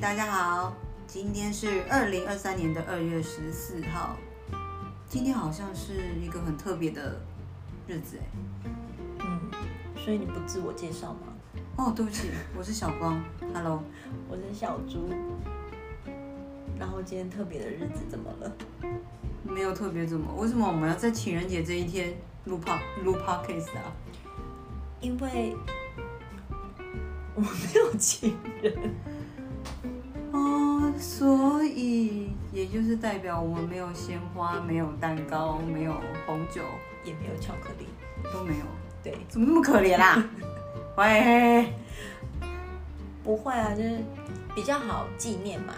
大家好，今天是二零二三年的二月十四号，今天好像是一个很特别的日子哎。嗯，所以你不自我介绍吗？哦，对不起，我是小光，Hello。我是小猪。然后今天特别的日子怎么了？没有特别怎么，为什么我们要在情人节这一天录 p 录 podcast 啊？因为我没有情人。哦，所以也就是代表我们没有鲜花，没有蛋糕，没有红酒，也没有巧克力。都没有，对，怎么那么可怜啦、喂，不会啊，就是比较好纪念嘛。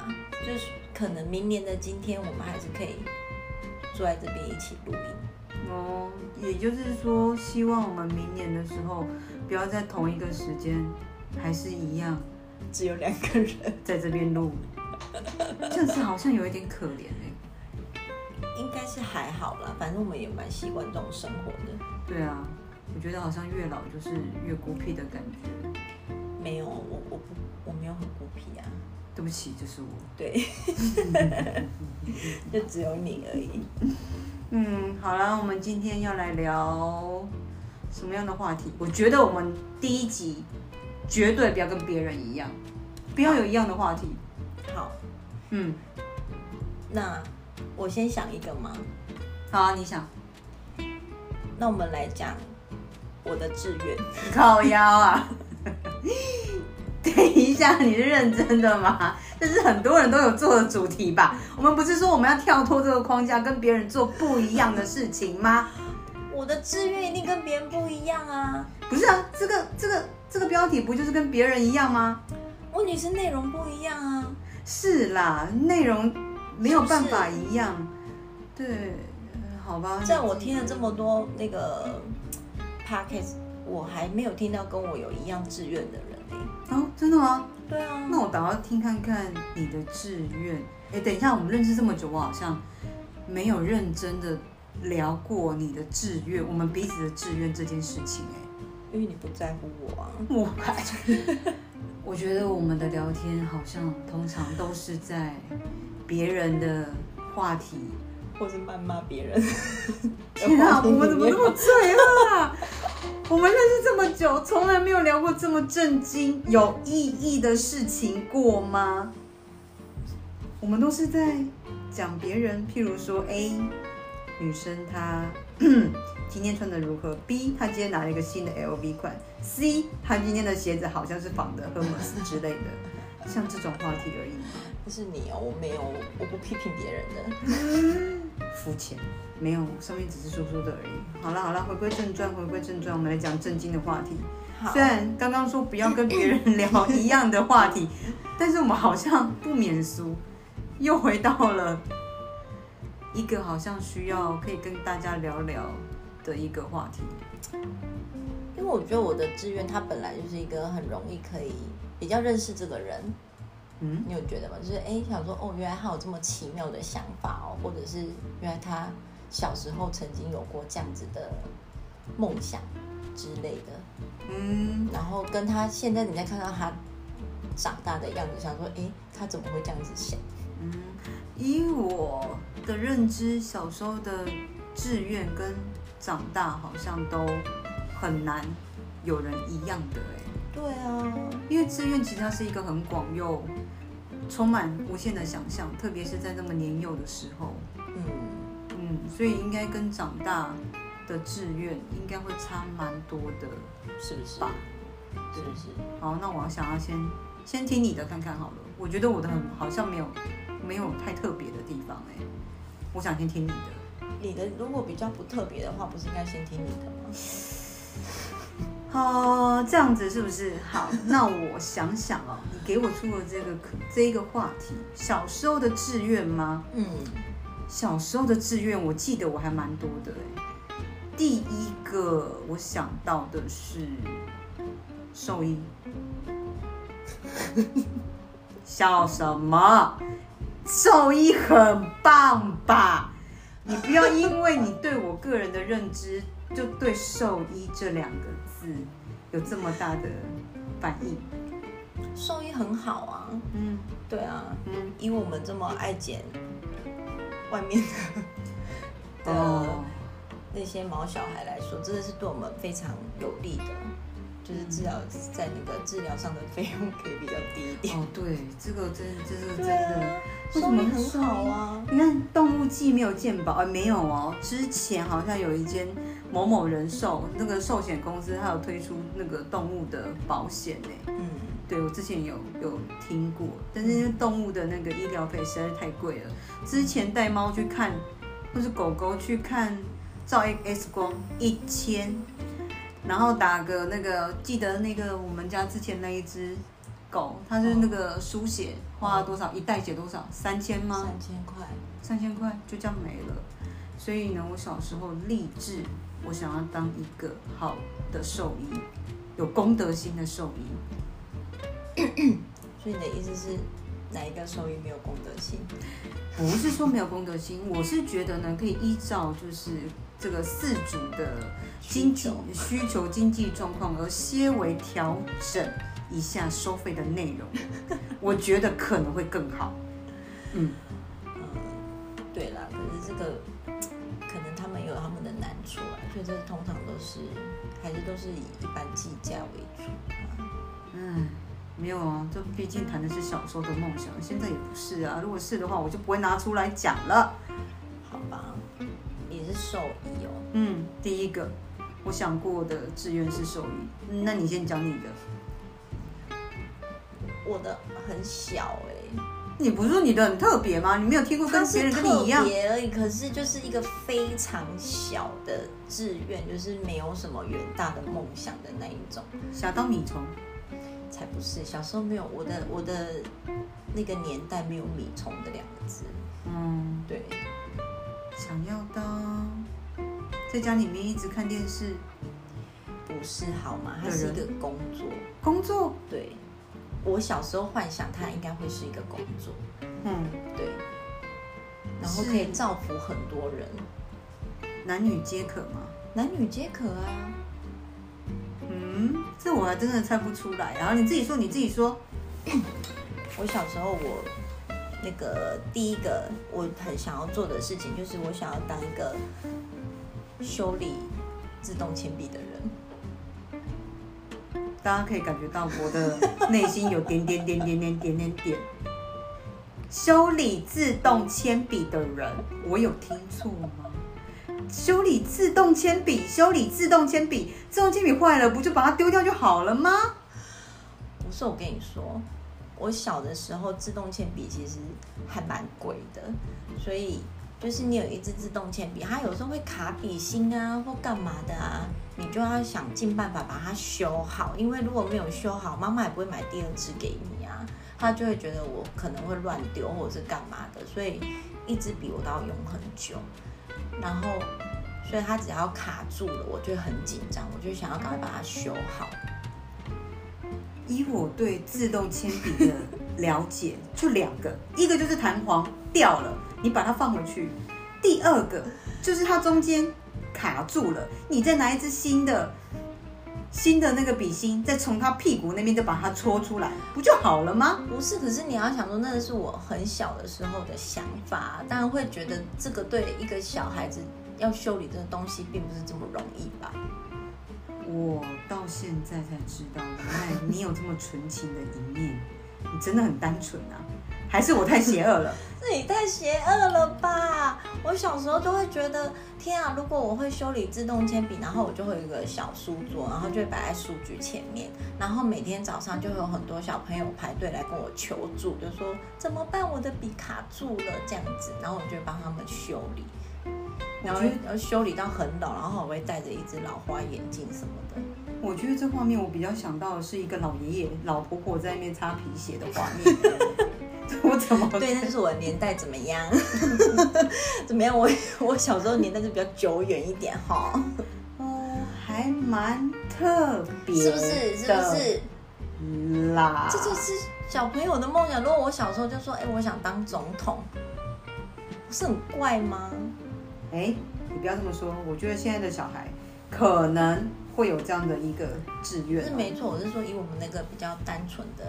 就是可能明年的今天，我们还是可以坐在这边一起录音。哦，也就是说，希望我们明年的时候不要在同一个时间，还是一样只有两个人，在这边 录，这样子好像有一点可怜哎、应该是还好啦。反正我们也蛮习惯这种生活的。对啊，我觉得好像越老就是越孤僻的感觉。没有，我我不我没有很孤僻啊。对不起，就是我。对， 就只有你而已。嗯，好啦，我们今天要来聊什么样的话题？我觉得我们第一集绝对不要跟别人一样，不要有一样的话题。好，嗯，那我先想一个嘛。好啊，你想那我们来讲我的志愿。靠腰啊？ 等一下，你是认真的吗？这是很多人都有做的主题吧？我们不是说我们要跳脱这个框架，跟别人做不一样的事情吗？我的志愿一定跟别人不一样啊。不是啊，这个这个这个标题不就是跟别人一样吗？问题是内容不一样啊。是啦，内容没有办法是一样。对，呃好吧。在我听了这么多那个嗯 podcast，我还没有听到跟我有一样志愿的人呢、哦，真的吗？对啊，那我倒要听看看你的志愿。哎，等一下，我们认识这么久，我好像没有认真的聊过你的志愿，我们彼此的志愿这件事情。哎，因为你不在乎我啊。我 我觉得我们的聊天好像通常都是在别人的话题。或是谩骂别人。 天啊， 我们怎么那么罪恶啊？ 我们认识这么久，从来没有聊过这么震惊、有意义的事情过吗？我们都是在讲别人，譬如说 A 女生她 今天穿的如何，B 她今天拿了一个新的 LV 款，C 她今天的鞋子好像是仿的 Hermes 之类的，像这种话题而已吗这是你哦，我没有，我不批评别人的。肤浅，没有，上面只是说说的而已。好了好了，回归正传，回归正传，我们来讲正经的话题。好虽，然刚刚说不要跟别人聊一样的话题，但是我们好像不免俗，又回到了一个好像需要可以跟大家聊聊的一个话题。因为我觉得我的志愿，它本来就是一个很容易可以比较认识这个人，嗯，你有觉得吗？就是哎，想说哦，原来他有这么奇妙的想法哦，或者是原来他小时候曾经有过这样子的梦想之类的，嗯，然后跟他现在你再看到他长大的样子，想说哎，他怎么会这样子想？嗯以我的认知，小时候的志愿跟长大好像都很难有人一样的哎、对啊，因为志愿其实它是一个很广又充满无限的想象，特别是在那么年幼的时候。嗯，嗯，所以应该跟长大的志愿应该会差蛮多的。是不是吧？是不是？好，那我想要先先听你的看看好了。我觉得我的很好像没有没有太特别的地方哎、我想先听你的。你的啊如果比较不特别的话，不是应该先听你的吗？哦，这样子是不是？好，那我想想哦，你给我出了这个可这一个话题，小时候的志愿吗？嗯，小时候的志愿，我记得我还蛮多的哎。第一个我想到的是兽医，笑什么？兽医很棒吧？你不要因为你对我个人的认知，就对兽医这两个字有这么大的反应。兽医很好啊，嗯对啊，嗯，以我们这么爱捡外面的的、哦，那些毛小孩来说，真的是对我们非常有利的，就是治疗在那个治疗上的费用可以比较低一点。哦，对，这个真这是真对啊的。，为什收益么很好啊。你看动物季没有健保，哎，没有哦。之前好像有一间某某人寿那个寿险公司，它有推出那个动物的保险呢。嗯，对我之前有有听过，但是因为动物的那个医疗费实在是太贵了。之前带猫去看，或是狗狗去看照 X 光一千，然后打个那个记得那个我们家之前那一只狗，它是那个输血花了多少？一袋血多少？三千吗？三千块，三千块就这样没了。所以呢，我小时候立志，我想要当一个好的兽医，有公德心的兽医。所以你的意思是哪一个收益没有公德心？不是说没有公德心，我是觉得呢，可以依照就是这个四主的经济需求、经济状况而些微调整一下收费的内 容，我觉得可能会更好。嗯，嗯，对啦，可是这个可能他们有他们的难处啊，所以这通常都是还是都是以一般计价为主啊。唉，没有啊，这毕竟谈的是小时候的梦想，现在也不是啊。如果是的话，我就不会拿出来讲了。好吧，也是兽医哦。嗯，第一个，我想过的志愿是兽医，嗯那你先讲你的。我的很小哎、你不是说你的很特别吗？你没有听过它跟别是人跟你特一样？别而已，可是就是一个非常小的志愿，就是没有什么远大的梦想的那一种，想当米虫，才不是。小时候没有我的我的那个年代没有米虫的两个字，嗯，对，想要当在家里面一直看电视，不是好吗？它的是一人个工作，工作，对。我小时候幻想它应该会是一个工作，嗯，对，然后是可以造福很多人，男女皆可嘛。男女皆可啊。嗯，这我还真的猜不出来。然后你自己说，你自己说，我小时候我那个第一个我很想要做的事情，就是我想要当一个修理自动铅笔的人。大家可以感觉到我的内心有点点点点点点点点。修理自动铅笔的人，我有听错吗？修理自动铅笔，修理自动铅笔，自动铅笔坏了，不就把它丢掉就好了吗？不是我跟你说，我小的时候自动铅笔其实还蛮贵的，所以就是你有一支自动铅笔，它有时候会卡笔芯啊或干嘛的啊，你就要想尽办法把它修好，因为如果没有修好，妈妈也不会买第二支给你啊，她就会觉得我可能会乱丢或者是干嘛的，所以一支笔我都要用很久，然后。所以它只要卡住了，我就很紧张，我就想要赶快把它修好。以我对自动铅笔的了解，就两个，一个就是弹簧掉了，你把它放回去；第二个就是它中间卡住了，你再拿一支新的新的那个笔芯，再从它屁股那边再把它戳出来，不就好了吗？不是，可是你要想说，那是我很小的时候的想法，当然会觉得这个对一个小孩子要修理这个东西，并不是这么容易吧？我到现在才知道，原来你有这么纯情的一面，你真的很单纯啊！还是我太邪恶了？这也太邪恶了吧！我小时候就会觉得，天啊，如果我会修理自动铅笔，然后我就会有一个小书桌，然后就会摆在书局前面，然后每天早上就会有很多小朋友排队来跟我求助，就说怎么办，我的笔卡住了这样子，然后我就会帮他们修理，然后我觉得然后修理到很老，然后我会戴着一只老花眼镜什么的。我觉得这画面我比较想到的是一个老爷爷、老婆婆在那边擦皮鞋的画 面。我怎么对，那就是我的年代怎么样？ 怎么样？我我小时候年代就比较久远一点哈。哦，还蛮特别，是不是？是不是？？啦，这就是小朋友的梦想。如果我小时候就说，哎、我想当总统，不是很怪吗？哎，你不要这么说，我觉得现在的小孩可能会有这样的一个志愿是啊。没错，我是说以我们那个比较单纯的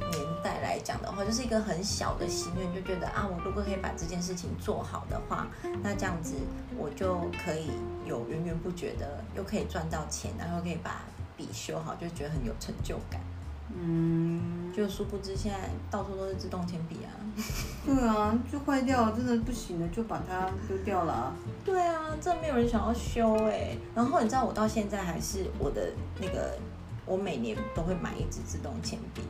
年代来讲的话，就是一个很小的心愿，就觉得啊，我如果可以把这件事情做好的话，那这样子我就可以有源源不绝的，又可以赚到钱，然后可以把笔修好，就觉得很有成就感。嗯，就殊不知现在到处都是自动铅笔啊。对啊，就坏掉了，真的不行了，就把它丢掉了啊。对啊，真的没有人想要修哎、然后你知道我到现在还是我的那个，我每年都会买一支自动铅笔。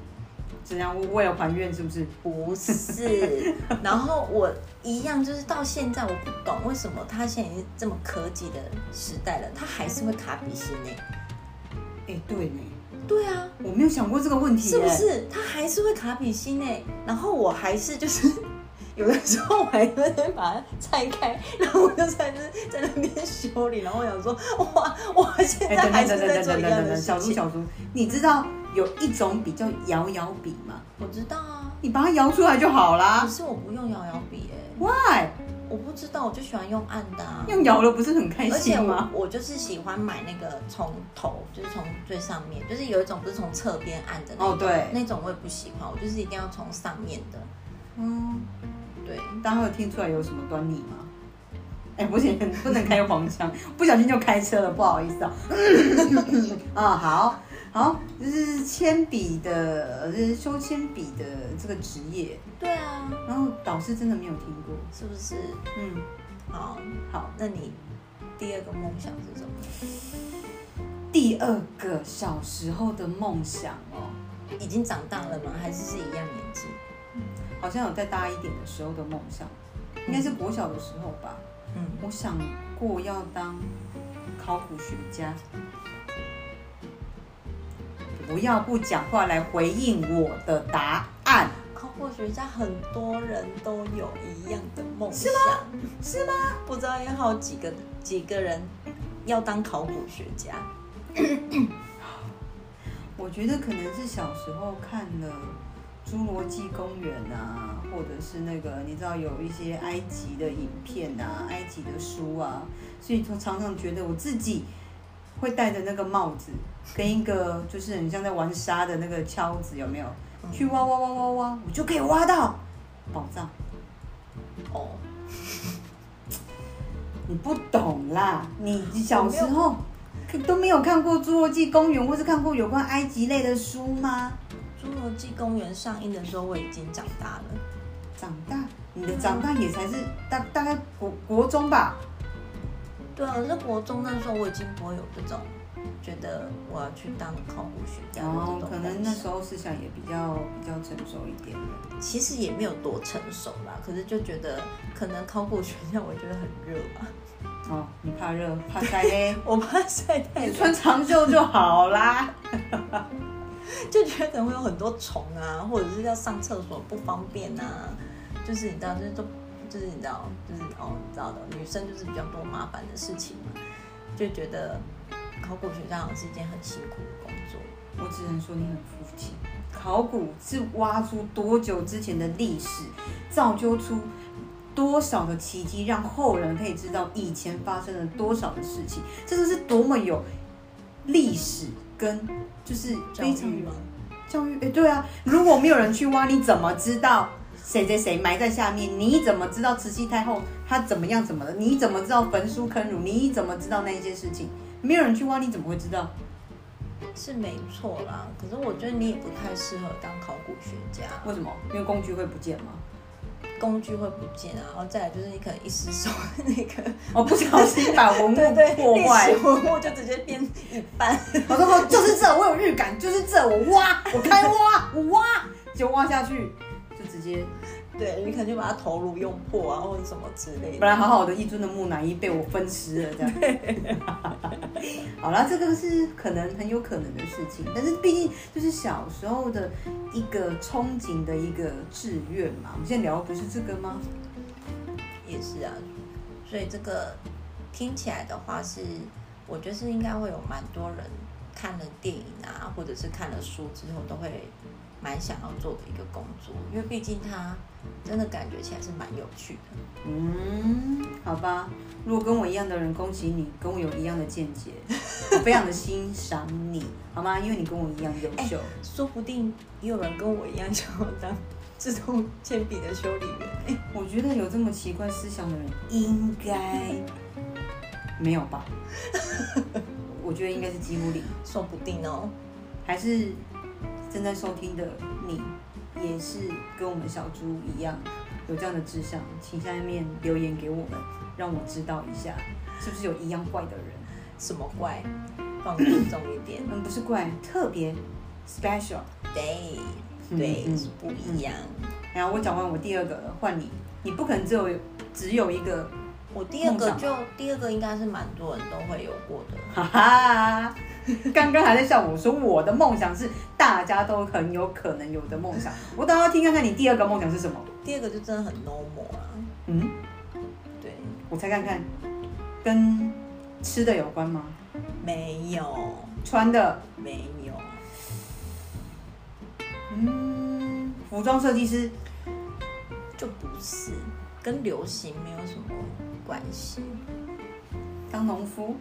怎样？为为了还愿是不是？不 是，然后我一样就是到现在我不懂为什么他现在已经这么科技的时代了，他还是会卡欸笔芯呢、哎、对呢，对啊，我没有想过这个问题耶，是不是？他还是会卡笔芯呢、然后我还是就是 有的时候我还在那边把它拆开，然后我就在那在那边修理，然后我想说哇，我现哎、在等还等是等在等做等一等样等的等，小事猪情。小猪，你知道有一种笔叫摇摇笔吗？我知道啊，你把它摇出来就好可啦。是我不用摇摇笔哎， Why？我不知道，我就喜欢用按的啊。用哎摇了不是很开而且心我吗？我就是喜欢买那个从头，就是从最上面，就是有一种不是从侧边按的那种哦，对，那种我也不喜欢，我就是一定要从上面的。嗯，对，大家有听出来有什么端倪吗？哎、不行，不能开黄腔，不小心就开车了，不好意思 啊。啊，好好，就是铅笔的，呃就是修铅笔的这个职业，对啊，然后导师真的没有听过。是不是？嗯，好，好，那你第二个梦想是什么？第二个小时候的梦想哦，已经长大了吗？还是是一样年纪？好像有再大一点的时候的梦想，应该是国小的时候吧。嗯，我想过要当考古学家。不要不讲话来回应我的答案，考古学家很多人都有一样的梦想，是吗？不知道有好几个几个人要当考古学家。我觉得可能是小时候看了《侏罗纪公园》啊，或者是那个你知道有一些埃及的影片啊、埃及的书啊，所以就常常觉得我自己会戴着那个帽子，跟一个就是很像在玩沙的那个锹子，有没有？去挖挖挖挖挖，我就可以挖到宝藏。哦，你不懂啦，你小时候可都没有看过《侏罗纪公园》或是看过有关埃及类的书吗？ 《侏罗纪公园》上映的时候，我已经长大了。长大，你的长大也才是大大概国国中吧？对啊，可是国中那时候我已经不会有这种觉得我要去当考古学家然的后这种哦可能那时候候思想也比较比较成熟一点。其实也没有多成熟啦，可是就觉得可能考古学家我觉得很热吧， 哦，你怕热怕晒黑，我怕晒你太阳，穿长袖就好啦。就觉得会有很多虫啊，或者是要上厕所不方便啊，就是你知道，就是都就是你知道，就是哦，你知道的，女生就是比较多麻烦的事情嘛，就觉得考古学家好像是一件很辛苦的工作。我只能说你很肤浅。考古是挖出多久之前的历史，造就出多少的奇迹，让后人可以知道以前发生了多少的事情，这个是多么有历史跟就是教非常育吗？教育，哎，对啊，如果没有人去挖，你怎么知道谁谁谁埋在下面？你怎么知道慈禧太后她怎么样怎么了？你怎么知道焚书坑儒？你怎么知道那一些事情？没有人去挖，你怎么会知道？是没错啦，可是我觉得你也不太适合当考古学家，为什么？因为工具会不见吗？工具会不见啊，然后再来就是你可能一失手， 那个哦，不小心把文对物对，破坏历。 史文物就直接变一半，我说哦，就是这，我有预感，就是这，我挖，我开挖，我挖，就挖下去，就直接 对你可能就把它头颅用破啊，或者什么之类本的。来好好的一尊的木乃伊被我分尸了，这样。 好啦，这个是可能很有可能的事情，但是毕竟就是小时候的一个憧憬的一个志愿嘛。我们现在聊的不是这个吗？也是啊，所以这个听起来的话是，我觉得是应该会有蛮多人看了电影啊，或者是看了书之后都会蛮想要做的一个工作，因为毕竟它真的感觉起来是蛮有趣的。嗯，好吧。如果跟我一样的人恭喜你，跟我有一样的见解，我非常的欣赏你，好吗？因为你跟我一样优秀。说不定也有人跟我一样想要当自动铅笔的修理员。哎我觉得有这么奇怪思想的人，应该没有吧？我觉得应该是几乎零。说不定哦，还是正在收听的你，也是跟我们小猪一样有这样的志向，请下面留言给我们，让我知道一下，是不是有一样怪的人？。什么怪，放轻松一点嗯，不是怪，特别 special。对，嗯对，嗯是不一样。然后我讲完我第二个了，换你，你不可能只有只有一个，我第二个梦就第二个应该是蛮多人都会有过的。哈哈。刚刚还在笑我说我的梦想是大家都很有可能有的梦想，我等下要听看看你第二个梦想是什么。第二个就真的很 normal 啊，嗯，对，我猜看看，跟吃的有关吗？没有，穿的，没有，嗯，服装设计师，就不是跟流行没有什么关系。当农夫。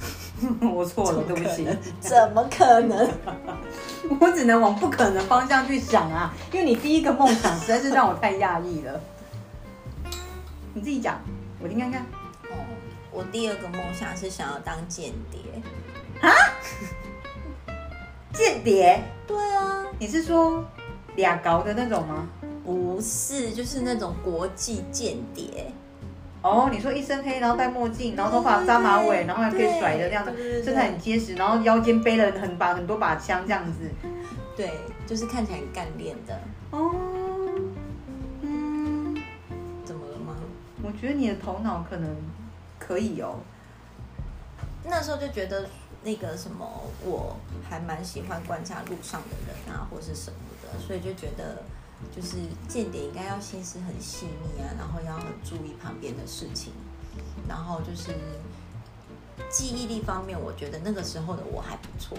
我错哦了，对不起，怎么可能？ 我只能往不可能方向去想啊，因为你第一个梦想实在是让我太讶异了。你自己讲，我听看看。哦，我第二个梦想是想要当间谍。间谍，对啊，你是说俩搞的那种吗？不是，就是那种国际间谍，哦，你说一身黑，然后戴墨镜，然后头发扎马尾，然后还可以甩的那样对对对子，对身材很结实，然后腰间背了很把很多把枪这样子。对，就是看起来很干练的。哦，嗯，怎么了吗？我觉得你的头脑可能可以哦。那时候就觉得那个什么，我还蛮喜欢观察路上的人啊，或是什么的，所以就觉得就是间谍应该要心思很细腻啊，然后要很注意旁边的事情，然后就是记忆力方面，我觉得那个时候的我还不错，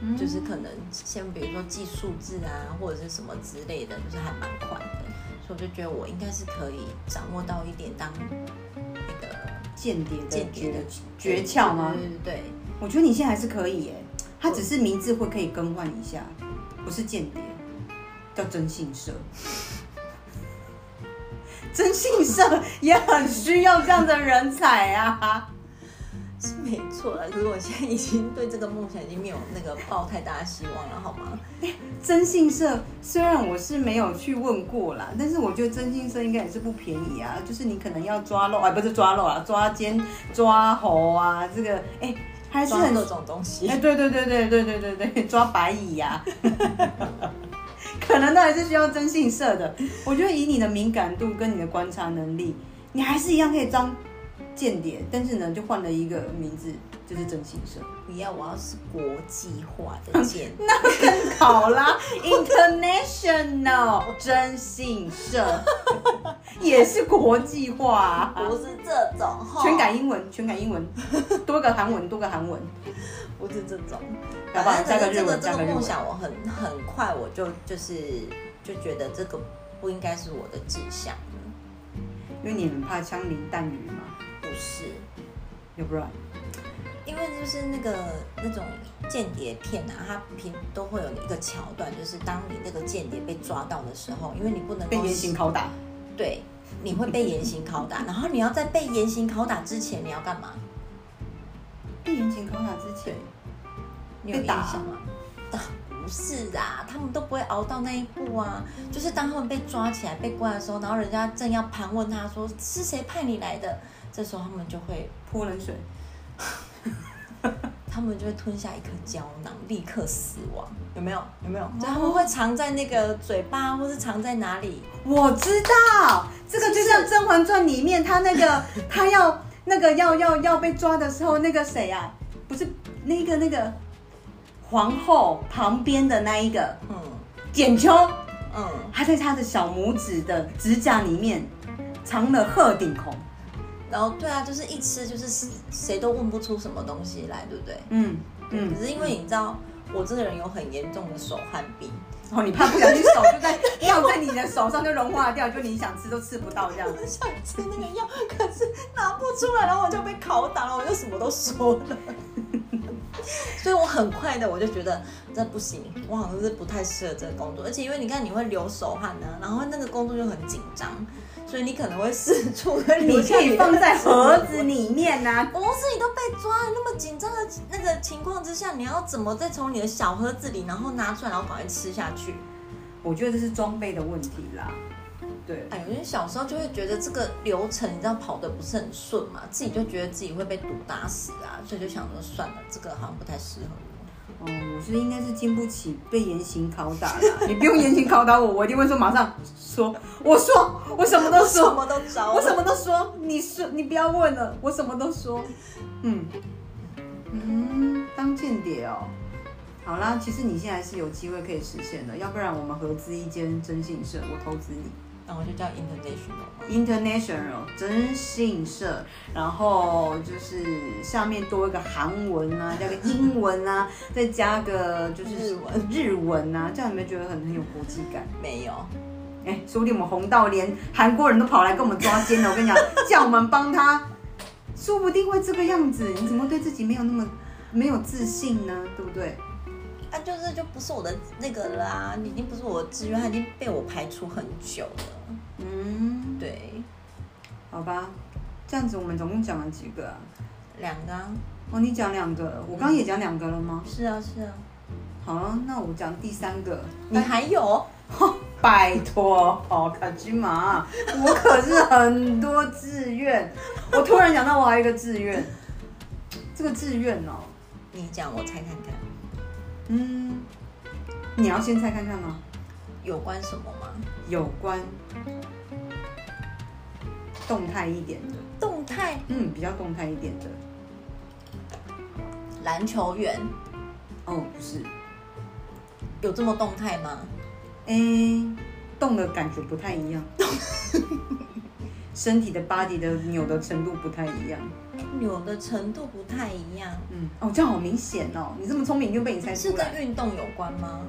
嗯就是可能像比如说记数字啊，或者是什么之类的，就是还蛮快的，所以我就觉得我应该是可以掌握到一点当那个间谍的间谍诀的诀窍吗对？对对对。我觉得你现在还是可以耶，他只是名字会可以更换一下，不是间谍，叫征信 社。征信社也很需要这样的人才啊！是 没错啦，可是我现在已经对这个梦想已经没有那个抱太大的希望了，好吗？征信社虽然我是没有去问过啦，但是我觉得征信社应该也是不便宜啊，就是你可能要抓漏啊，不是抓漏啊，抓奸、抓猴啊，这个哎、还是抓很各种东西哎、，对对对对对对对对，抓白蚁呀、 可能都还是需要征信社的。我觉得以你的敏感度跟你的观察能力，你还是一样可以当间谍，但是呢，就换了一个名字，就是征信社。不要，我要是国际化的建那更好啦，International 征信社也是国际化啊、不是这种哈，全改英文，全改英文，多个韩文，多个韩文，不是这种。好不好？加反个日正这个文，这加个个日梦文。想，我很很快我就就是就觉得这个不应该是我的志向了，因为你很怕枪林弹雨嘛，不是，要不然。因为就是那个那种间谍片啊，它平都会有一个桥段，就是当你那个间谍被抓到的时候，因为你不能被够严刑拷打，对，你会被严刑拷打，然后你要在被严刑拷打之前，你要干嘛？被严刑拷打之前，你有被印打象吗？打不是啊，他们都不会熬到那一步啊。就是当他们被抓起来、被关的时候，然后人家正要盘问他说是谁派你来的，这时候他们就会，泼冷水，他们就会吞下一颗胶囊，立刻死亡，有没有？有没有？就他们会藏在那个嘴巴，或是藏在哪里？我知道这个就像《甄嬛传》里面他那 个他要那个要要要被抓的时候，那个谁啊，不是那个那个皇后旁边的那一个嗯简秋，嗯，他在他的小拇指的指甲里面藏了鹤顶红，然后对啊，就是一吃就是谁都问不出什么东西来，对不对？嗯嗯，嗯可，是因为你知道，我这个人有很严重的手汗病，后，哦你怕不小心手就在药在你的手上就融化掉，就你想吃都吃不到这样我。很想吃那个药， 可是拿不出来，然后我就被拷打了，我就什么都说了。 所以我很快的我就觉得这不行，我好像是不太适合这个工作，而且因为你看你会流手汗呢、然后那个工作就很紧张，所以你可能会四处的 流你下可你以的放在手汗盒子 里面啊呐、不是你都被抓了，那么紧张的那个情况之下，你要怎么再从你的小盒子里，然后拿出来，然后赶快吃下去？ 我觉得这是装备的问题啦。对，哎，因为小时候就会觉得这个流程你知道跑得不是很顺嘛，自己就觉得自己会被毒打死啊，所以就想说算了，这个好像不太适合我。嗯，我是应该是经不起被严刑拷打啦。 你不用严刑拷打我，我一定会说马上说，我说我什么都什说，么都着，我什么都说，你说你不要问了，我什么都说。嗯嗯，当间谍哦。好啦，其实你现在是有机会可以实现的，要不然我们合资一间征信社，我投资你。然后就叫 international 嘛。 International 征信社，然后就是下面多一个韩文啊，加个英文啊，再加个就是日文日文啊，这样你们觉得很很有国际感？没有，哎，说不定我们红到连韩国人都跑来跟我们抓奸了。我跟你讲，叫我们帮他，说不定会这个样子。你怎么对自己没有那么没有自信呢？对不对？啊，就是就不是我的那个啦、已经不是我的志愿，他已经被我排除很久了。嗯，对，好吧，这样子我们总共讲了几个啊？两个、啊，哦，你讲两个了，我刚刚也讲两个了吗？是啊是啊，好了，那我讲第三个，你还有。拜托哦，卡吉玛，我可是很多志愿。我突然想到，我还有一个志愿，这个志愿哦，你讲，我猜看看，嗯，你要先猜看看吗？有关什么吗？有关动态一点的，动态嗯，比较动态一点的。篮球员哦，不是，有这么动态吗？诶，动的感觉不太一样，身体的 body 的扭的程度不太一样。有的程度不太一样，嗯，哦，这样好明显哦！你这么聪明，就被你猜是出来。跟运动有关吗？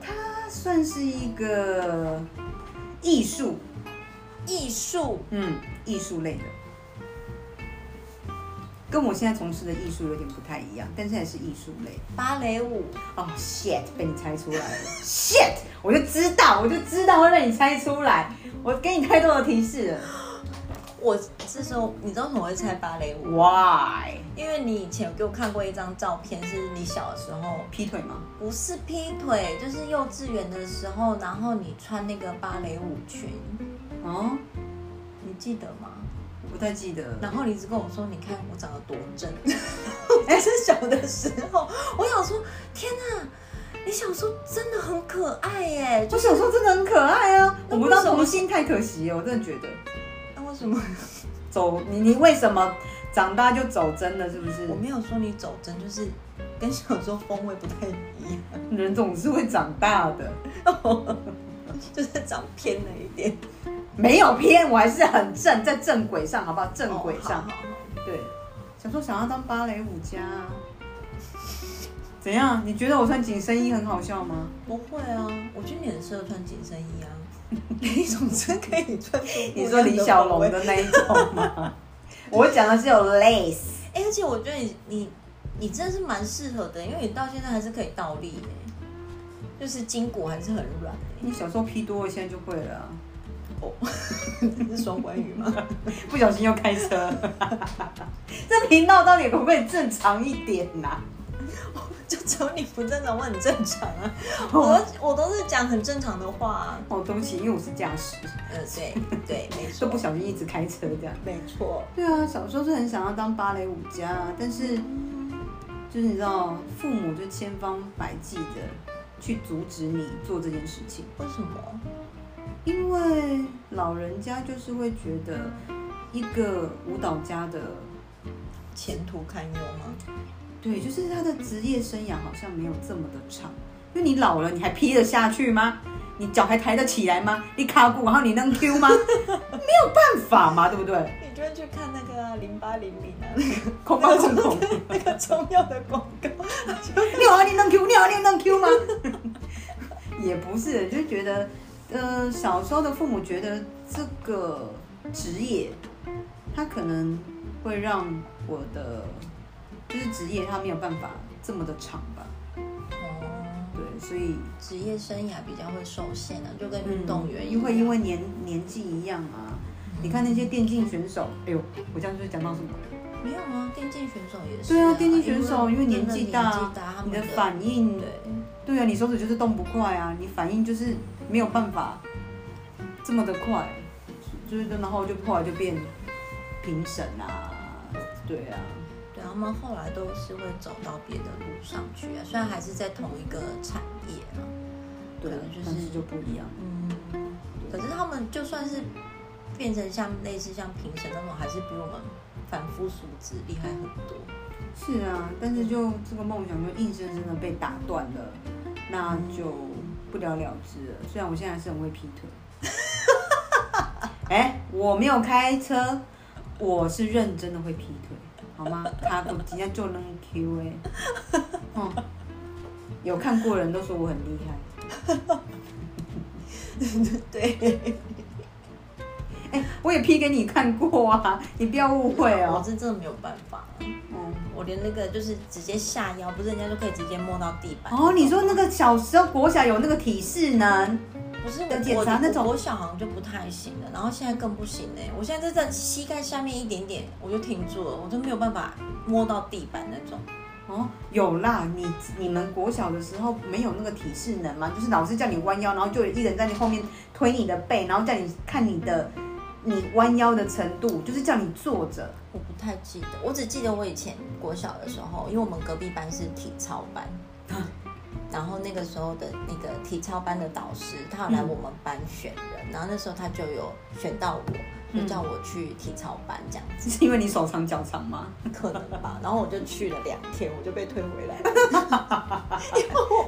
它算是一个艺术，艺术嗯，艺术类的，跟我现在从事的艺术有点不太一样，但是还是艺术类。芭蕾舞，哦、shit，被你猜出来 了，shit，我就知道，我就知道会被你猜出来，我给你太多的提示了。我这时候你知道为什么会猜芭蕾舞？ Why？因为你以前有给我看过一张照片，是你小的时候，劈腿吗？不是劈腿，就是幼稚园的时候，然后你穿那个芭蕾舞裙，哦，你记得吗？我不太记得了。然后你一直跟我说，你看我长得多 正，哎，是小的时候，我想说，天哪，你小时候真的很可爱耶！就我小时候真的很可爱啊，那我不到为什么童心太可惜了，我真的觉得。那哎为什么？走，你你为什么长大就走真了？是不是我？没有说你走针，就是跟小时候风味不太一样， 人总是会长大的，就是长偏了一点，没有偏，我还是很正，在正轨上，好不好？正轨哦上，好好好对。想说想要当芭蕾舞家啊、怎样？你觉得我穿紧身衣很好笑 吗？不会啊，我觉得你很适合穿紧身 衣啊，你总是可以穿出不你一样说的李小风龙味的那一种吗？我讲的是有 lace，哎、而且我觉得你你你真的是蛮适合的，因为你到现在还是可以倒立耶，就是筋骨还是很软 耶。你小时候劈多了，现在就会了啊、哦，这是双关语吗？不小心又开车 了，这频道到底可不可以正常一点啊呐、就只有你不正常，我很正常啊，我我都是讲很正常的话、啊。哦，对不起，因为我是驾驶，呃，对对，没就错不，小心一直开车这样。 没错。对啊，小时候是很想要当芭蕾舞家，啊但是就是你知道，父母就千方百计的去阻止你做这件事情，为什么？因为老人家就是会觉得一个舞蹈家的，前途堪忧吗？对，就是他的职业生涯好像没有这么的长，因为你老了，你还劈得下去吗？你脚还抬得起来吗？你卡骨，然后你能 Q 吗？没有办法嘛，对不对？你就会去看那个啊，零八零零啊， 那个空吧空空。那个中药的广告，你有啊，你能 Q，你有啊，你能 Q 吗？ 也不是，就觉得，呃，小时候的父母觉得这个职业，他可能会让我的就是职业，他没有办法这么的长吧。哦，对，所以职业生涯比较会受限啊，就跟运嗯动员一因样为因为年年纪一样啊。你看那些电竞选手，哎呦，我这样是讲到什么？没有啊，电竞选手也是、对啊，电竞选手因为年真的纪年大纪大，他，你们的反应对，对啊，你手指就是动不快啊，你反应就是没有办法这么的快，就是然后就后来就变评审啊，对啊，对他们后来都是会走到别的路上去啊，虽然还是在同一个产业啊，对啊可能就是但是就不一样。嗯，可是他们就算是变成像类似像评审那种，还是比我们反复数值厉害很多。是啊，但是就这个梦想就硬生生的被打断了，那就不了了之了。虽然我现在还是很会劈腿， 哎、我没有开车，我是认真的会劈腿，好吗？卡古底下就能 Q 哎、嗯，有看过人都说我很厉害，对，哎、我也劈给你看过啊，你不要误会啊我哦。是真的没有办法，啊嗯，我连那个就是直接下腰，不是人家就可以直接摸到地板。哦，你说那个小时候国小有那个体适能，不是我有检查那种我我小好像就不太行了，然后现在更不行嘞、我现在就在膝盖下面一点点，我就停住了，我就没有办法摸到地板那种。哦，有啦，你你们国小的时候没有那个体适能吗？就是老师叫你弯腰，然后就有一人在你后面推你的背，然后叫你看你的你弯腰的程度，就是叫你坐着。 我不太记得，我只记得我以前国小的时候，因为我们隔壁班是体操班，嗯然后那个时候的那个体操班的导师，他有来嗯我们班选人，然后那时候他就有选到我，嗯就叫我去体操班这样子，是因为你手长脚长吗？ 可能吧。然后我就去了两天，我就被推回来了。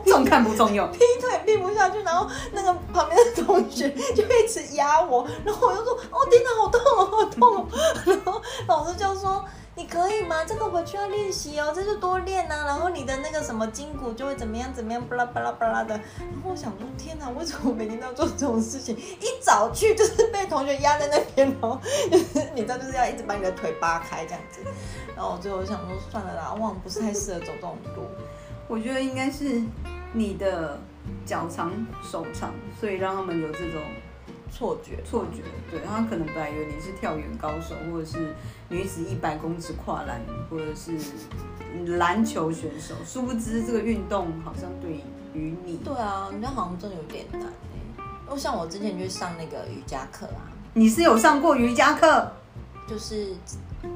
重看不重用。一腿并不下去，然后那个旁边的同学就一直压我，然后我就说：“哦天哪，好痛哦，好痛哦！”然后老师就说：“你可以吗？这个回去要练习哦，这就多练啊。然后你的那个什么筋骨就会怎么样怎么样，巴拉巴拉巴拉的。”然后我想说：“天哪，为什么我每天都要做这种事情？一早去就是被同学压在那边，然后就是你知道就是要一直把你的腿扒开这样子。”然后我最后想说：“算了啦，我好像不是太适合走这种路。”我觉得应该是你的脚长手长，所以让他们有这种错觉，错觉。对，他可能本来以为你是跳远高手，或者是女子一百公尺跨栏，或者是篮球选手，殊不知这个运动好像对于你，对啊，那好像真的有点难哎、因为像我之前去上那个瑜伽课啊，你是有上过瑜伽课，就是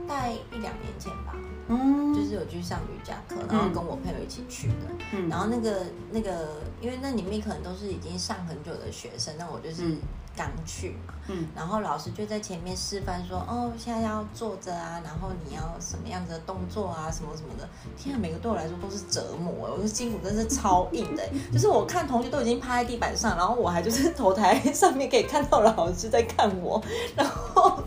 大概一两年前吧，就嗯是有去上瑜伽课，然后跟我朋友一起去的。嗯然后那个那个，因为那里面可能都是已经上很久的学生，那我就是嗯刚去嘛。嗯然后老师就在前面示范说，哦，现在要坐着啊，然后你要什么样子的动作啊，什么什么的。天啊，每个对我来说都是折磨，欸我的筋骨真是超硬的。欸就是我看同学都已经趴在地板上，然后我还就是 头抬在上面可以看到老师在看我，然后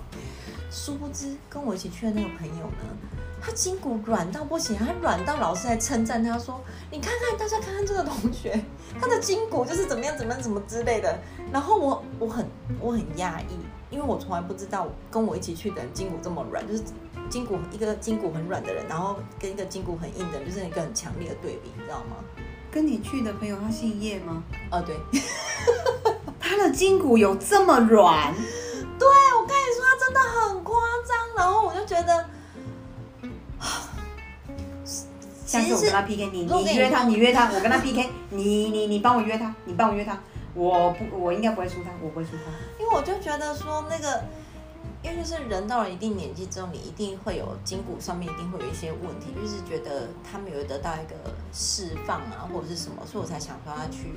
殊不知跟我一起去的那个朋友呢。他筋骨软到不行，啊他软到老师还称赞他说：“你看看大家看看这个同学，他的筋骨就是怎么样怎么样怎么之类的。”然后我我很我很压抑，因为我从来不知道跟我一起去的人筋骨这么软，就是筋骨一个筋骨很软的人，然后跟一个筋骨很硬的人，就是一个很强烈的对比，你知道吗？跟你去的朋友他姓叶吗？哦，对， 他的筋骨有这么软？对我跟你说，他真的很夸张，然后我就觉得。 下次我跟他 PK，你如果跟你你约他，你约他，我跟他 PK，你你你帮我约他，你帮我约他，我不我应该不会输他，我不会输他。因为我就觉得说那个，因为就是人到了一定年纪之后，你一定会有筋骨上面一定会有一些问题，就是觉得他没有得到一个释放啊，或者是什么，所以我才想说要去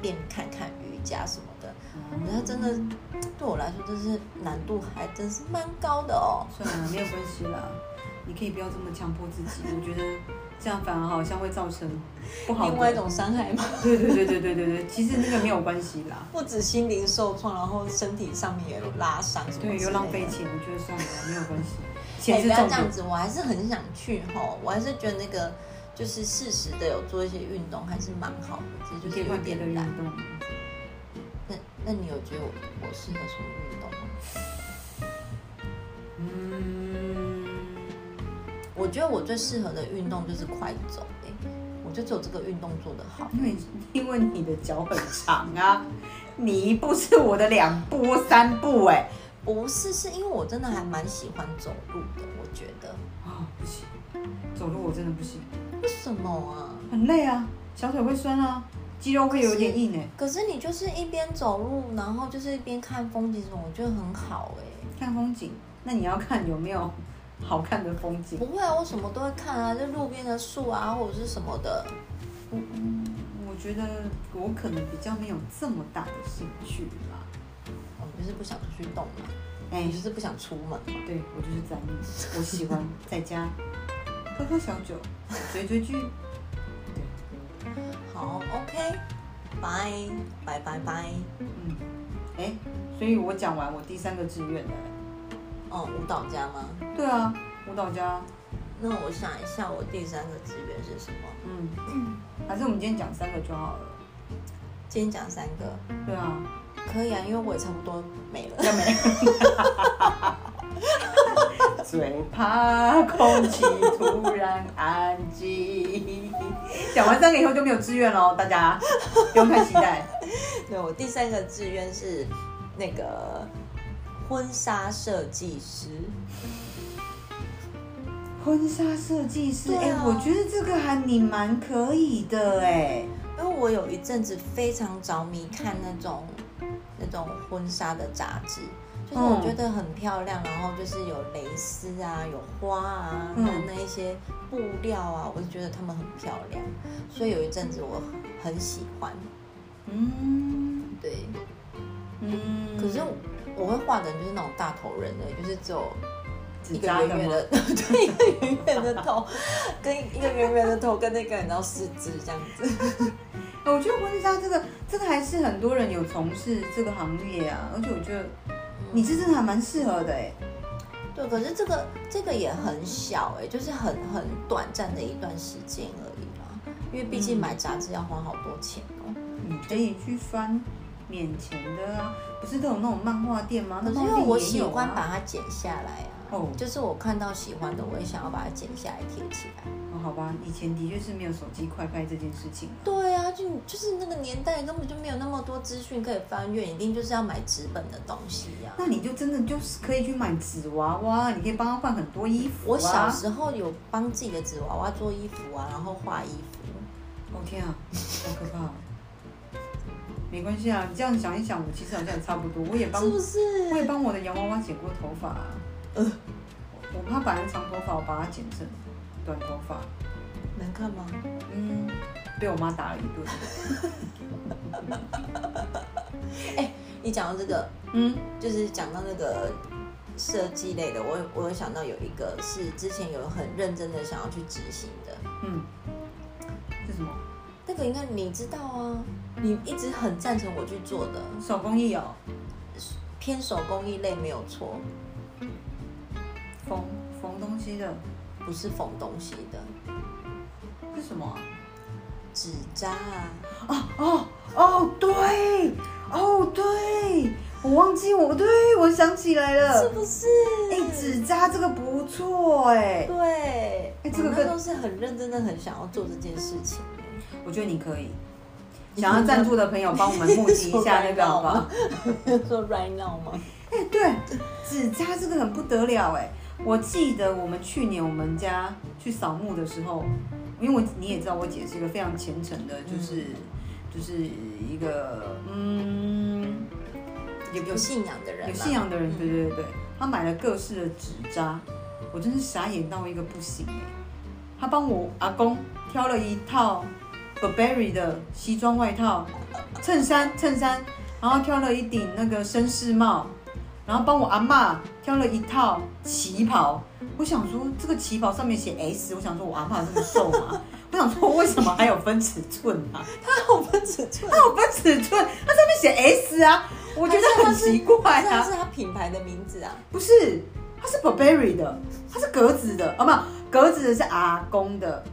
练看看瑜伽什么的。我觉得真的对我来说，真是难度还真是蛮高的哦。算了，没有关系啦，你可以不要这么强迫自己，我觉得这样反而好像会造成不好的。另外一种伤害嘛，对对对对对对对，其实那个没有关系啦。不止心灵受创，然后身体上面也有拉伤什么之对，类的。又浪费钱，我觉得算了，没有关系。哎，钱是不要重这样点。子，我还是很想去吼，我还是觉得那个就是适时的有做一些运动，还是蛮好的，只是就是有换别的点运懒。动。那那你有觉得我我适合什么运动吗？嗯，我觉得我最适合的运动就是快走、欸，我就只有这个运动做得好。因为因为你的脚很长啊， 你一步是我的两步或三步哎、不是，是因为我真的还蛮喜欢走路的，我觉得。哦啊，不行，走路我真的不行，为什么啊？很累啊，小腿会酸啊，肌肉会有点硬哎、可是你就是一边走路，然后就是一边看风景什么，我觉得很好哎、看风景，那你要看有没有好看的风景不。会啊，我什么都会看啊，就路边的树啊，或者是什么的。我觉得我可能比较没有这么大的兴趣啦。我就是不想出去动嘛，哎、你就是不想出门嘛。对我就是宅女，我喜欢在家喝喝小 酒，追追剧。好，OK，拜拜拜拜。嗯，哎、所以我讲完我第三个志愿了、哦，舞蹈家吗？对啊，舞蹈家。那我想一下，我第三个志愿是什么？嗯，还是我们今天讲三个就好了。今天讲三个，对啊，可以啊，因为我也差不多没了。要没？啊 最怕空气突然安静。讲完三个以后就没有志愿哦喽，大 家不用 太期待。对我第三个志愿是那个婚纱设计师，婚纱设计师，对哎、啊我觉得这个还你蛮可以的哎、因为我有一阵子非常着迷看那种那种婚纱的杂志，就是我嗯觉得很漂亮，然后就是有蕾丝啊，有花啊，嗯那那一些布料啊，我就觉得她们很漂亮，所以有一阵子我很喜欢。嗯对，嗯，可是我我会画的人就是那种大头人的，就是只有纸一个扎圆的圆吗？的，对，一个圆圆的 头，跟一个圆圆的头跟那个然后四肢这样子。我觉得婚纱这个这个还是很多人有从事这个行业啊，而且我觉得你这真的还蛮适合的哎、对，可是这个这个也很小哎、就是很很短暂的一段时间而已啦，因为毕嗯竟买杂志要花好多钱哦、你可以去翻免钱的啊，不是都有那种漫画店吗？可是那因漫为画我店也喜有欢把啊。它剪下来啊，哦就是我看到喜欢的，我也想要把它剪下来贴起来。哦，好吧，以前的确是没有手机快拍这件事情啊。对啊，就就是那个年代根本就没有那么多资讯可以翻阅，一定就是要买纸本的东西呀、那你就真的就是可以去买纸娃娃，啊你可以帮他换很多衣服、啊。我小时候有帮自己的纸娃娃做衣服啊，然后画衣服。我、天啊，好可怕、啊！没关系啊，你这样想一想，我其实好像也差不多，我也帮是不是？我也帮我的洋娃娃剪过头发、啊。我我怕本来长头发，我把它剪成短头发。能看吗？嗯，被我妈打了一顿。你讲到这个，嗯，就是讲到那个设计类的，我有我有想到有一个是之前有很认真的想要去执行的，嗯，是什么？那个应该你知道啊，你一直很赞成我去做的，手工艺哦，偏手工艺类没有错，缝缝东西的不是缝东西的，是什么啊？纸扎啊，哦哦，对，哦对，我忘记我，对我想起来是了。不是？哎、纸扎这个不错哎、对，哎这个我那更时候是很认真的，很想要做这件事情。我觉得你可以。想要赞助的朋友，帮我们募集一 下那 个好不好？说 right now 吗？哎、对，纸扎这个很不得了哎、我记得我们去年我们家去扫墓的时候，因为我你也知道，我姐是一个非常虔诚的，就是、就是一个嗯，有有信仰 的人，有信。仰的人，对啊对对对，他买了各式的纸扎，我真是傻眼到一个不行哎、他帮我阿公挑了一套 Burberry 的西装外套、衬衫、衬衫，然后挑了一顶那个绅士帽，然后帮我阿嬷挑了一套旗袍。我想说这个旗袍上面写 S，我想说我阿嬷这么瘦嘛， 我想说为什么还有分尺寸啊？ 他有分尺寸，它有分尺寸，它上面写 S 啊，我觉得很奇怪还是它啊是。他品牌的名字啊。不是，哦它是 Burberry 的，它是格子的，啊，不，格子的是阿公的，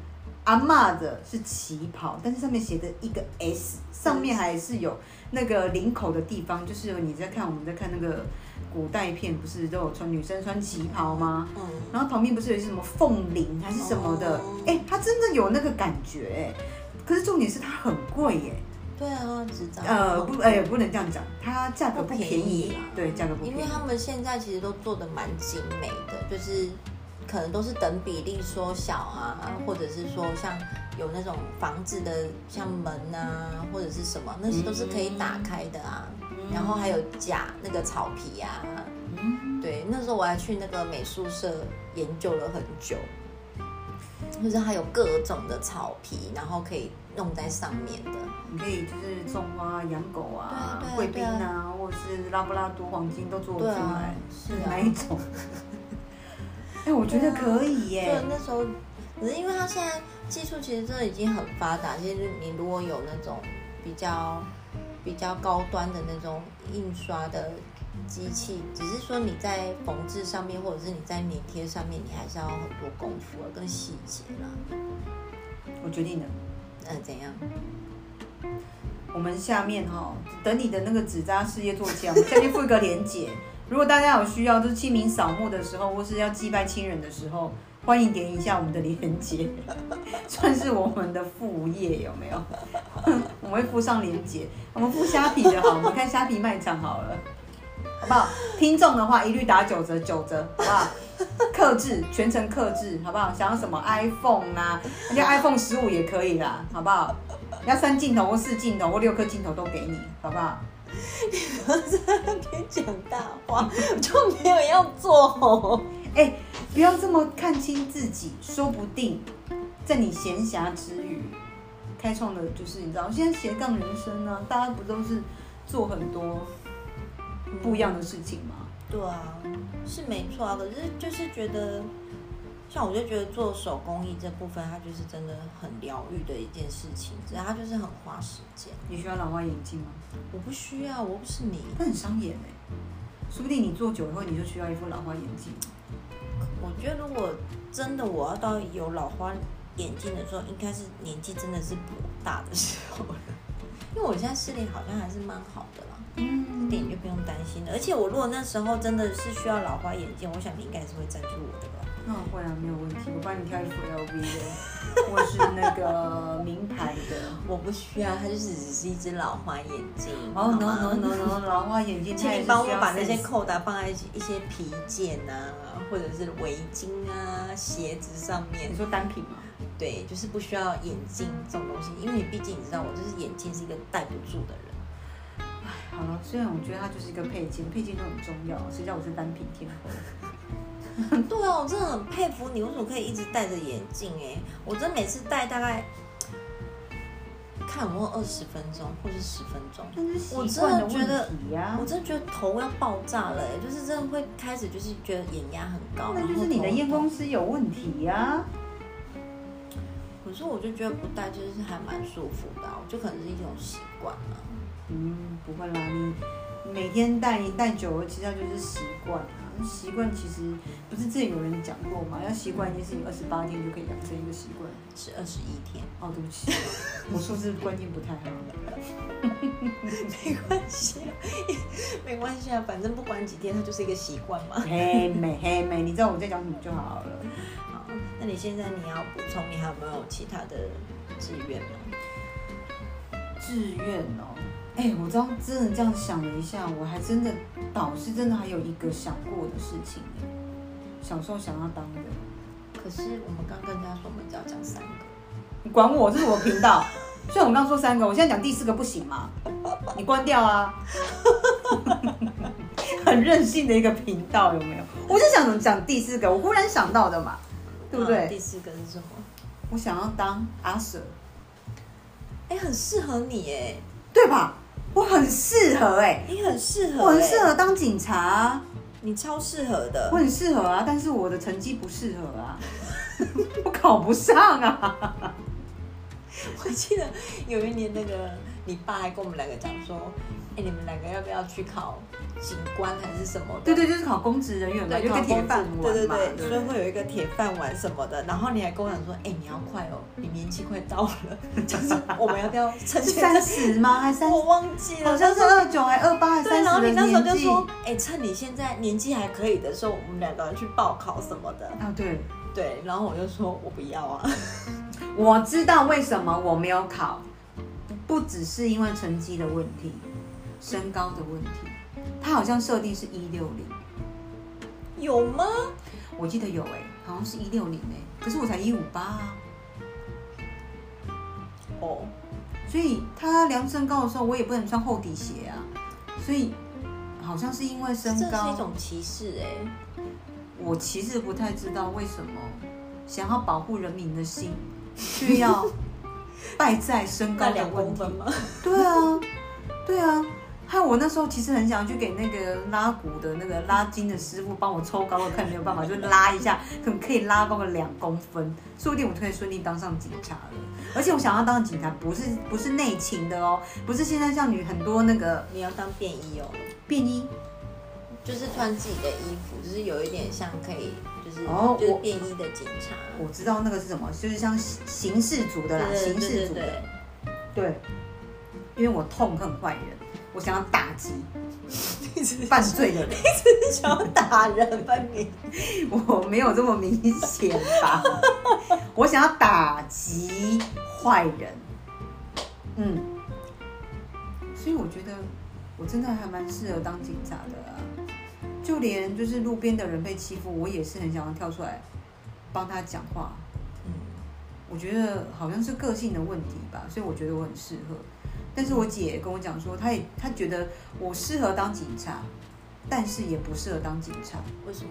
阿嬷的是旗袍，但是上面写的一个 S，上面还是有那个领口的地方，就是你在看我们在看那个古代片，不是都有穿女生穿旗袍吗？嗯，然后旁边不是有一些什么凤翎还是什么的哦？哎、它真的有那个感觉、哎可是重点是它很贵耶、对啊，只找呃，不，哎、不能这样讲，它价格不便不便宜宜啊对，价格不便因宜为。他们现在其实都做的蛮精美的，就是可能都是等比例缩小啊，或者是说像有那种房子的像门啊，或者是什么，那些都是可以打开的啊。嗯然后还有假那个草皮啊，嗯对，那时候我还去那个美术社研究了很久，就是它有各种的草皮，然后可以弄在上面的。你可以就是种花、养狗啊对啊对啊、贵宾对啊啊，或者是拉布拉多、黄金都做得出来，是啊哪一种？ 哎，我觉得可以耶就。那时候，可是因为它现在技术其实真的已经很发达，其实你如果有那种比较比较高端的那种印刷的机器，只是说你在缝制上面或者是你在粘贴上面，你还是要很多功夫啊，跟细节啦。我决定了，嗯，怎 样？我们下面哈，等你的那个纸扎事业做起来，我们下面附一个连结。 如果大家有需要，就是清明扫墓的时候，或是要祭拜亲人的时候，欢迎点一下我们的连结， 算是我们的副业有没有？ 我们会附上连结，我们附虾皮的好，我们看虾皮卖场好了，好不好？听众的话一律打九折，九折，好不好？克制，全程克制，好不好？想要什么 iPhone 啦、人家 iPhone 十五也可以啦，好不好？要三镜头或四镜头或六颗镜头都给你，好不好？别讲大话，就没有要做哦。哎、不要这么看清自己，说不定在你闲暇之余，开创的就是你知道，现在斜杠人生啊，大家不都是做很多不一样的事情吗？对啊，是没错啊，可是就是觉得，像我就觉得做手工艺这部分，它就是真的很疗愈的一件事情，只是它就是很花时间。你需要老花眼镜吗？我不需要，我不是你，那很伤眼哎、说不定你做久以后，你就需要一副老花眼镜。我觉得如果真的我要到有老花眼镜的时候，应该是年纪真的是不大的时候了，因为我现在视力好像还是蛮好的啦。嗯一点就不用担心了，而且我如果那时候真的是需要老花眼镜，我想你应该也是会赞助我的吧。那我会啊，没有问题，我帮你挑一副 LV 的，或是那个名牌的。我不需要，它就是只是一只老花眼镜。哦、好 no 吗 no no no，老花眼镜， 请它也你是帮需我要把那些 sense 扣打放在一些皮件啊，或者是围巾啊、鞋子上面你。说单品吗？对，就是不需要眼镜这种东西，因为你毕竟你知道，我就是眼镜是一个戴不住的人。好了，虽然我觉得它就是一个配件，配件都很重要，谁叫我是单品天后？对啊，我真的很佩服你，为什么可以一直戴着眼镜、欸？哎，我真的每次戴大概看有没有二十分钟，或是十分钟。但是我习真惯的觉得问题呀、我真的觉得头要爆炸了、欸，就是真的会开始就是觉得眼压很高，那然就后是你头的很验痛光师有问题呀、可是我就觉得不戴就是还蛮舒服的啊、我就可能是一种习惯啊。嗯，不会啦，你每天戴戴久了，其实它就是习惯啊。习惯其实不是之前有人讲过嘛，要习惯一件事情，二十八天就可以养成一个习惯。是二十一天， 哦，对不起， 我数字观念不太好。 没关系啊，没关系啊，反正不管几天，它就是一个习惯嘛。嘿美嘿美，你知道我在讲什么就好了。好，那你现在你要补充，你还有没有其他的志愿吗？志愿哦，哎、我知道，真的这样想了一下，我还真的导师真的还有一个想过的事情耶，小时候想要当的。可是我们刚跟大家说，我们只要讲三个。你管我，这是我的频道。虽然我刚说三个，我现在讲第四个不行嘛？你关掉啊！ 很任性的一个频道，有没有？我就想讲第四个，我忽然想到的嘛，对不啊第对？四个是什么？我想要当阿 Sir，哎、很适合你哎，对吧？我很适合哎、你很适合，欸我很适合，当警察啊、你超适合的我。很适合啊，但是我的成绩不适合啊， 我考不上啊。我记得有一年那个你爸还跟我们两个讲说，哎、你们两个要不要去考警官还是什么的，对对，就是考公职人员嘛，对，有一个铁饭碗嘛，对对对，对所以会有一个铁饭碗什么的。然后你还跟我讲说，哎、你要快哦，你年纪快到了，就是我们要不要趁是现三在？十吗？还三我十？忘记了，好像是但二九还二八还对，三然后十你的那时候就年纪。说，哎、趁你现在年纪还可以的时候，我们两个人去报考什么的。啊，对，对，然后我就说我不要啊，我知道为什么我没有考，不只是因为成绩的问题，身高的问题。他好像设定是一六零，有吗？我记得有哎、好像是一六零哎，可是我才一五八啊，哦，所以他量身高的时候，我也不能穿厚底鞋啊，所以好像是因为这身是一高，种歧视哎、我其实不太知道为什么想要保护人民的心，需要败在身那高的两问公题分。吗？对啊，对啊。害我那时候其实很想去给那个拉鼓的那个拉筋的师傅帮我抽高了，看有没有办法就拉一下，可能可以拉高个两公分，说不定我就可以顺利当上警察了。而且我想要当警察，不是不是内勤的哦，不是现在像你很多那个你要当便衣哦，便衣就是穿自己的衣服，就是有一点像可以，就是、哦就是我便衣的警察。我知道那个是什么，就是像刑事组的啦，对刑对事对组对的，对，对，因为我痛恨坏人，我想要打击犯罪 的人。想要打人吧你？我没有这么明显 吧？我想要打击坏人，嗯，所以我觉得我真的还蛮适合当警察的啊。就连就是路边的人被欺负，我也是很想要跳出来帮他讲话。嗯，我觉得好像是个性的问题吧，所以我觉得我很适合。但是我姐也跟我讲说，她也她觉得我适合当警察，但是也不适合当警察。为什么？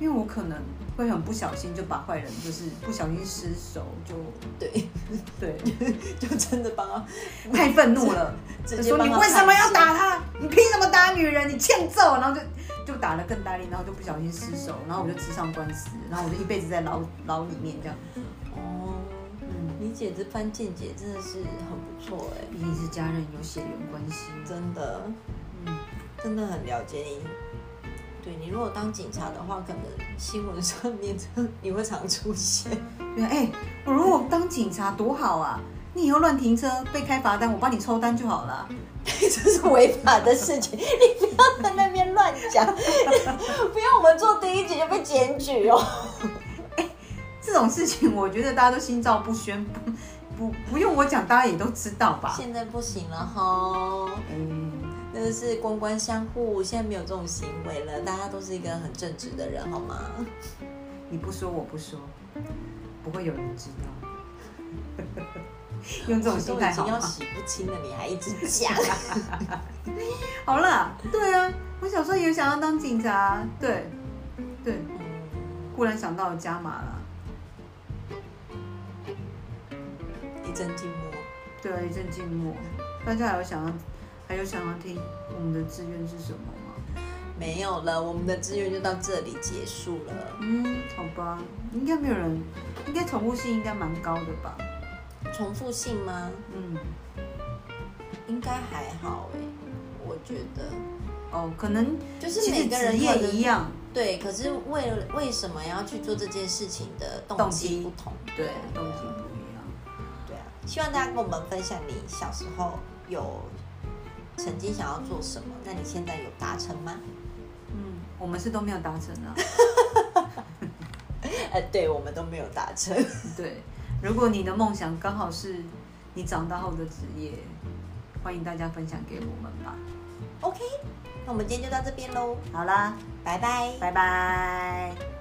因为我可能会很不小心就把坏人，就是不小心失手就对， 对，就真的帮他太愤怒了， 直就接说帮你他为什么要判打他？你凭什么打女人？你欠揍！然后就就打得更大力，然后就不小心失手，然后我就吃上官司，然后我就一辈子在牢牢里面这样。刑？哦，嗯，你姐这番见解真的是很不错哎、毕竟是家人有血缘关系，真的嗯，真的很了解你。对你如果当警察的话，可能新闻上面你会常出现。对啊，哎、我如果当警察多好啊！你以后乱停车被开罚单，我帮你抽单就好了。 这是违法的事情，你不要在那边乱讲， 不要我们做第一集就被检举哦。这种事情，我觉得大家都心照不宣， 不不不用我讲，大家也都知道吧？现在不行了哈，嗯，那个是官官相护，现在没有这种行为了，大家都是一个很正直的人，好吗？你不说我不说，不会有人知道。 用这种心态好都已经要吗？洗不清了，你还一直讲， 好啦，对啊，我小时候也想要当警察，啊对对，嗯忽然想到了加码啦，一阵寂寞。对啊，一阵静默。大家还有想要，还有想要听我们的志愿是什么吗？没有了，我们的志愿就到这里结束了。嗯，好吧，应该没有人，应该宠物性应该蛮高的吧？重复性吗？嗯，应该还好哎、我觉得，哦，可能就是其每实个职人嗯可业能一样，啊对，可是为了为什么要去做这件事情的动机动机不同？对，对动啊机不一样。对啊，希望大家跟我们分享你小时候有曾经想要做什么，那你现在有达成吗？嗯，我们是都没有达成啊。呃，对我们都没有达成。对，如果你的梦想刚好是你长大后的职业，欢迎大家分享给我们吧。 OK，那我们今天就到这边喽，好啦，拜拜。拜拜。